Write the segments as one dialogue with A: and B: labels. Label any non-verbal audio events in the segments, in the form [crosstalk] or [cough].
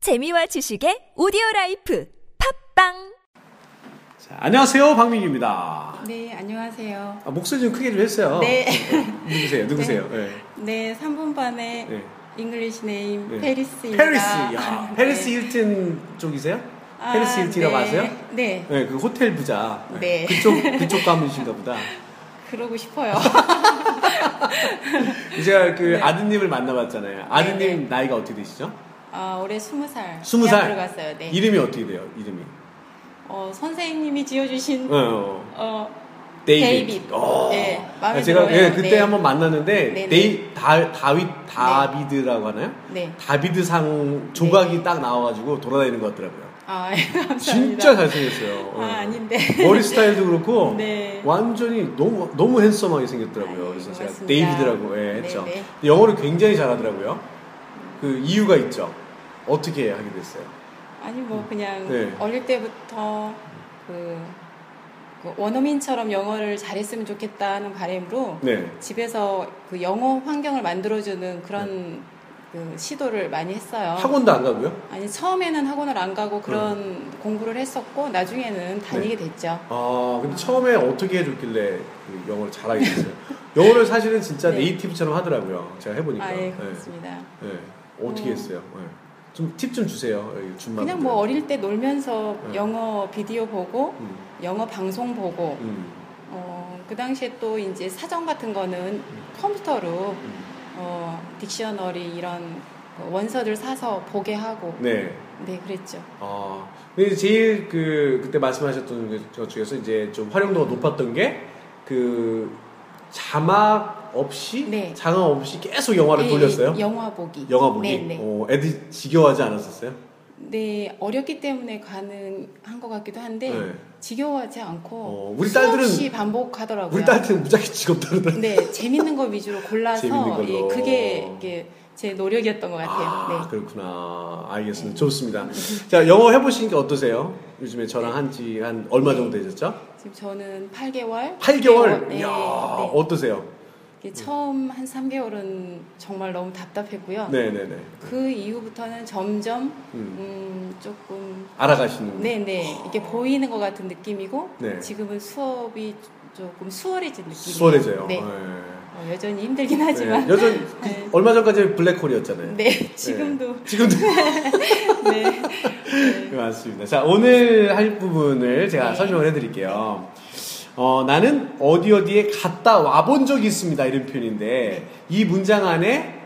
A: 재미와 지식의 오디오 라이프 팝빵
B: 자, 안녕하세요, 박민기입니다. 아,
C: 네, 안녕하세요.
B: 목소리 좀 크게 좀 했어요.
C: 네.
B: 누구세요? 누구세요?
C: 네, 3분 반에
B: 네.
C: 잉글리시 네임
B: 네.
C: 페리스입니다. 네.
B: 페리스, 야, 페리스 힐튼 쪽이세요?
C: 아,
B: 페리스 힐튼이라고
C: 네.
B: 아세요?
C: 네,
B: 네, 그 호텔 부자.
C: 네. [laughs]
B: 그쪽 그쪽 가문이신가 보다. [laughs]
C: 그러고 싶어요.
B: 제가 그 아드님을 만나봤잖아요. 아드님
C: 네, 네.
B: 나이가 어떻게 되시죠?
C: 아, 올해 20살.
B: 스무 살.
C: 대학으로 갔어요. 네.
B: 이름이 어떻게 돼요? 이름이?
C: 어, 선생님이 지어주신
B: 어, 어.
C: 어,
B: 데이빗.
C: 데이빗.
B: 어.
C: 네, 마음에
B: 제가
C: 들어요.
B: 예, 그때
C: 네.
B: 한번 만났는데
C: 네,
B: 데이 다 다윗 다비드라고 하나요?
C: 네.
B: 다비드상 조각이 딱 나와가지고 돌아다니는 것 같더라고요.
C: 아, 네. [laughs] 감사합니다.
B: 진짜 잘생겼어요.
C: 아,
B: 어.
C: 아닌데.
B: 머리 스타일도 그렇고
C: [laughs] 네.
B: 완전히 너무 너무 핸섬하게 생겼더라고요.
C: 아유,
B: 그래서 제가
C: 고맙습니다.
B: 데이비드라고 예, 했죠.
C: 네, 네.
B: 근데 영어를 굉장히 잘하더라고요. 그 이유가 있죠. 어떻게 하게 됐어요?
C: 아니, 뭐, 그냥
B: 네.
C: 어릴 때부터 그, 그 원어민처럼 영어를 잘했으면 좋겠다는 바람으로
B: 네.
C: 집에서 그 영어 환경을 만들어주는 그런 그 시도를 많이 했어요.
B: 학원도 안 가고요.
C: 아니 처음에는 학원을 안 가고 그런
B: 네.
C: 공부를 했었고 나중에는 다니게 됐죠.
B: 아 근데 처음에 어떻게 해줬길래 그 영어를 잘하게 됐어요? 영어를 사실은 진짜
C: [laughs] 네.
B: 네이티브처럼 하더라고요. 제가 해보니까.
C: 아예
B: 네.
C: 그렇습니다.
B: 네. 어떻게
C: 어.
B: 했어요? 좀 팁 좀 주세요. 예, 준마.
C: 그냥 뭐 어릴 때 놀면서
B: 네.
C: 영어 비디오 보고
B: 음,
C: 영어 방송 보고
B: 음,
C: 어, 그 당시에 또 이제 사전 같은 거는 컴퓨터로
B: 음.
C: 어, 딕셔너리 이런 그 원서들 사서 보게 하고
B: 네.
C: 네 그랬죠.
B: 아, 근데 이제 제일 그 그때 말씀하셨던 것 중에서 이제 좀 활용도가 높았던 게 그 자막 없이
C: 네.
B: 자막 없이 계속 영화를
C: 네,
B: 돌렸어요.
C: 영화 보기.
B: 영화 보기.
C: 네, 네.
B: 어, 애들 지겨워하지 않았었어요?
C: 네, 어렸기 때문에 가능한 것 같기도 한데
B: 네.
C: 지겨워하지 않고
B: 어, 우리
C: 수없이
B: 딸들은
C: 반복하더라고요.
B: 우리 딸한테 무지하게 지겹다 그러더라고요.
C: 네, 재밌는 거 위주로 골라서
B: 재밌는 걸로.
C: 예, 그게 이게 제 노력이었던 것 같아요.
B: 아,
C: 네.
B: 그렇구나. 알겠습니다. 좋습니다. 자, 영어 해보시니까 어떠세요? 요즘에
C: 네.
B: 저랑 한지 한 얼마 정도 되셨죠?
C: 지금 저는 8개월,
B: 그 8개월?
C: 네,
B: 이야,
C: 네.
B: 어떠세요?
C: 이게 처음 한 3개월은 정말 너무 답답했고요.
B: 네네네.
C: 그 이후부터는 점점
B: 음,
C: 음, 조금
B: 알아가시는.
C: 네네 이게 보이는 것 같은 느낌이고
B: 네.
C: 지금은 수업이 조금 수월해진 느낌.
B: 수월해져요.
C: 네.
B: 네.
C: 어, 여전히 힘들긴 하지만
B: 네, 여전 그
C: 네.
B: 얼마 전까지 블랙홀이었잖아요.
C: [laughs] 네, 지금도
B: 네, 지금도
C: 네.
B: 네, 맞습니다. 자 오늘 할 부분을 제가
C: 네.
B: 설명을 해드릴게요. 어, 나는 어디 어디에 갔다 와본 적이 있습니다. 이런
C: 네.
B: 표현인데 이 문장 안에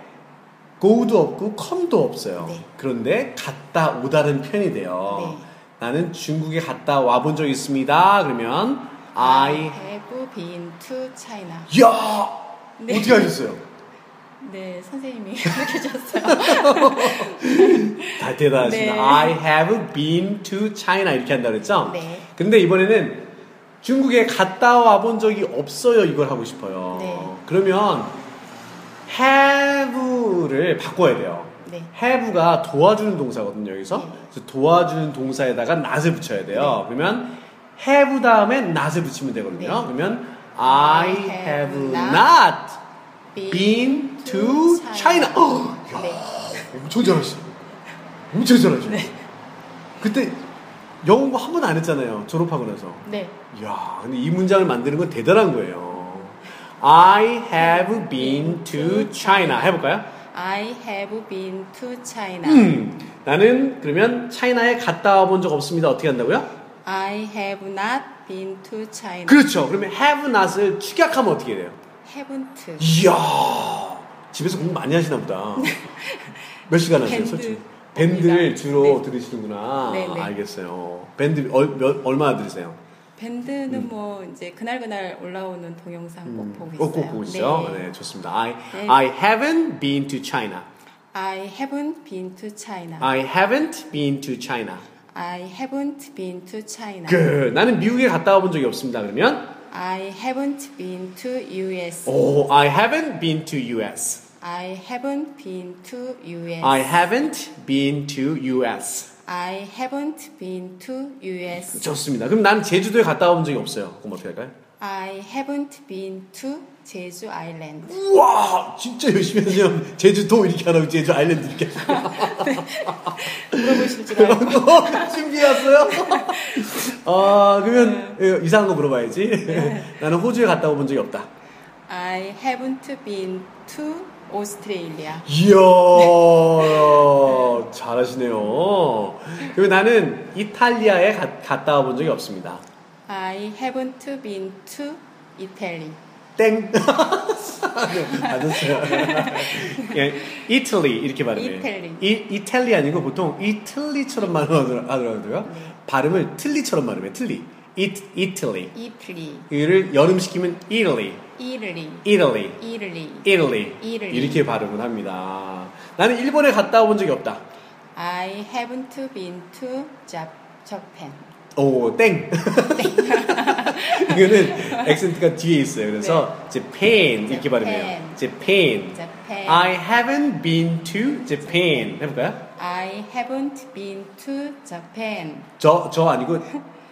B: go도 없고 come도 없어요.
C: 네.
B: 그런데 갔다 오다는 표현이 돼요.
C: 네.
B: 나는 중국에 갔다 와본 적이 있습니다. 그러면 I
C: 네. have been to China.
B: 야
C: 네.
B: 어떻게 하셨어요? [laughs]
C: 네, 선생님이 이렇게 줬어요.
B: 다 대단하십니다.
C: 네.
B: I have been to China 이렇게 한다 그랬죠?
C: 네.
B: 근데 이번에는 중국에 갔다 와 본 적이 없어요 이걸 하고 싶어요.
C: 네.
B: 그러면 have를 바꿔야 돼요.
C: 네.
B: have가 도와주는 동사거든요 여기서.
C: 네.
B: 그래서 도와주는 동사에다가 not을 붙여야 돼요. 그러면 have 다음에 not을 붙이면 되거든요. 그러면 네. I have not been to China. 어, 야,
C: 네.
B: 엄청 잘하시네. 엄청 잘하시네. 그때 영어 공부 한 번 안 했잖아요. 졸업하고 나서.
C: 네.
B: 야, 근데 이 문장을 만드는 건 대단한 거예요. I have been to China. 해볼까요?
C: I have been to China.
B: 음, 나는 그러면 차이나에 갔다 와 본 적 없습니다. 어떻게 한다고요?
C: I have not been to China.
B: 그렇죠. 그러면 have not을 축약하면 어떻게 돼요?
C: haven't.
B: 이야 집에서 공부 많이 하시나
C: [laughs]
B: 보다 몇 시간 하세요
C: 밴드
B: 솔직히
C: 봅니다.
B: 밴드를 주로
C: 네.
B: 들으시는구나
C: 네, 네.
B: 알겠어요 밴드 얼, 몇, 얼마나 들으세요?
C: 밴드는 뭐 이제 그날 그날 올라오는 동영상
B: 음,
C: 꼭 보고 있어요.
B: 꼭 보고 있죠? 네.
C: 네.
B: 좋습니다 I,
C: 네.
B: I haven't been to China
C: I haven't been to China.
B: I haven't been to China
C: I haven't been to China.
B: 그 나는 미국에 갔다 와본 적이 없습니다 그러면
C: I haven't been to US.
B: 오 Oh, I haven't been to US
C: I haven't been to US.
B: I haven't been to US
C: I haven't been to US.
B: 좋습니다 그럼 나는 제주도에 갔다 와본 적이 없어요 그럼 어떻게 할까요?
C: I haven't been to 제주 아일랜드.
B: 우와 진짜 열심히 하시면 제주도 이렇게 안 하고 제주 아일랜드 이렇게 [laughs] 하시고
C: 물어보실 줄 알고.
B: 준비했어요? 아 그러면 예, 이상한 거 물어봐야지 나는 호주에 갔다 와본 적이 없다
C: I haven't been to Australia.
B: 이야 잘하시네요 그리고 나는 이탈리아에 가- 갔다 와본 적이 없습니다
C: I haven't been to Italy.
B: 땡 맞았어요 예, 이탈리 이렇게 발음해요
C: 이탈리.
B: 이, 이탈리 아니고 보통 이틀리처럼 말을 하더라고요
C: 네.
B: 발음을 틀리처럼 발음해 틀리 이, 이탈리
C: Italy.
B: 이를 여름시키면 이탈리
C: Italy.
B: 이탈리
C: Italy.
B: 이탈리
C: Italy.
B: 이렇게 발음을 합니다. 나는 일본에 갔다 와본 적이 없다.
C: I haven't been to Jap- Japan.
B: 오 땡. [laughs] 이거는 액센트가 뒤에 있어요. 그래서
C: 네.
B: Japan 이렇게
C: Japan.
B: 발음해요. Japan.
C: Japan.
B: I haven't been to Japan. 해볼까요?
C: I haven't been to Japan.
B: 저 저 아니고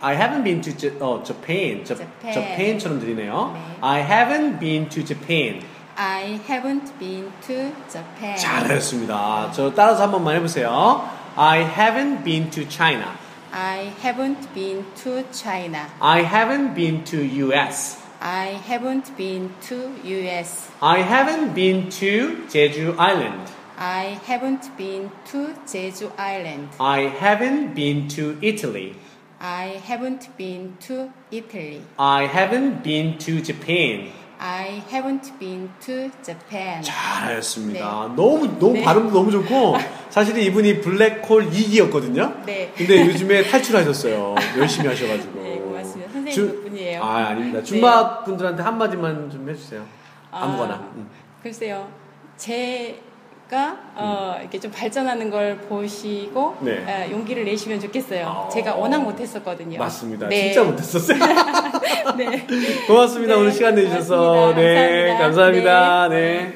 B: I haven't been to Ja- 어, Japan. 저,
C: Japan.
B: Japan처럼 들리네요.
C: 네.
B: I haven't been to Japan.
C: I haven't been to Japan.
B: 잘하셨습니다. 저 따라서 한 번만 해보세요. I haven't been to China.
C: I haven't been to China.
B: I haven't been to US.
C: I haven't been to US.
B: I haven't been to Jeju Island.
C: I haven't been to Jeju Island.
B: I haven't been to Italy.
C: I haven't been to Italy.
B: I haven't been to Japan.
C: I haven't been to Japan. 네.
B: 잘하셨습니다. 너무 너무 발음도 너무
C: [laughs]
B: 좋고 사실은 이분이 블랙홀 2기였거든요.
C: 네.
B: 근데 요즘에 탈출하셨어요. 열심히 하셔가지고.
C: 네, 고맙습니다. 선생님 덕분이에요.
B: 아 아닙니다.
C: 네.
B: 중마 분들한테 한 마디만 좀 해주세요.
C: 아,
B: 아무거나. 음.
C: 글쎄요. 제가 어, 이렇게 좀 발전하는 걸 보시고
B: 음. 네.
C: 어, 용기를 내시면 좋겠어요.
B: 아.
C: 제가 워낙 못했었거든요.
B: 맞습니다.
C: 네.
B: 진짜 못했었어요.
C: 네.
B: 고맙습니다.
C: [laughs] 네,
B: 오늘 시간 내주셔서
C: 고맙습니다.
B: 네 감사합니다.
C: 감사합니다.
B: 네.
C: 네.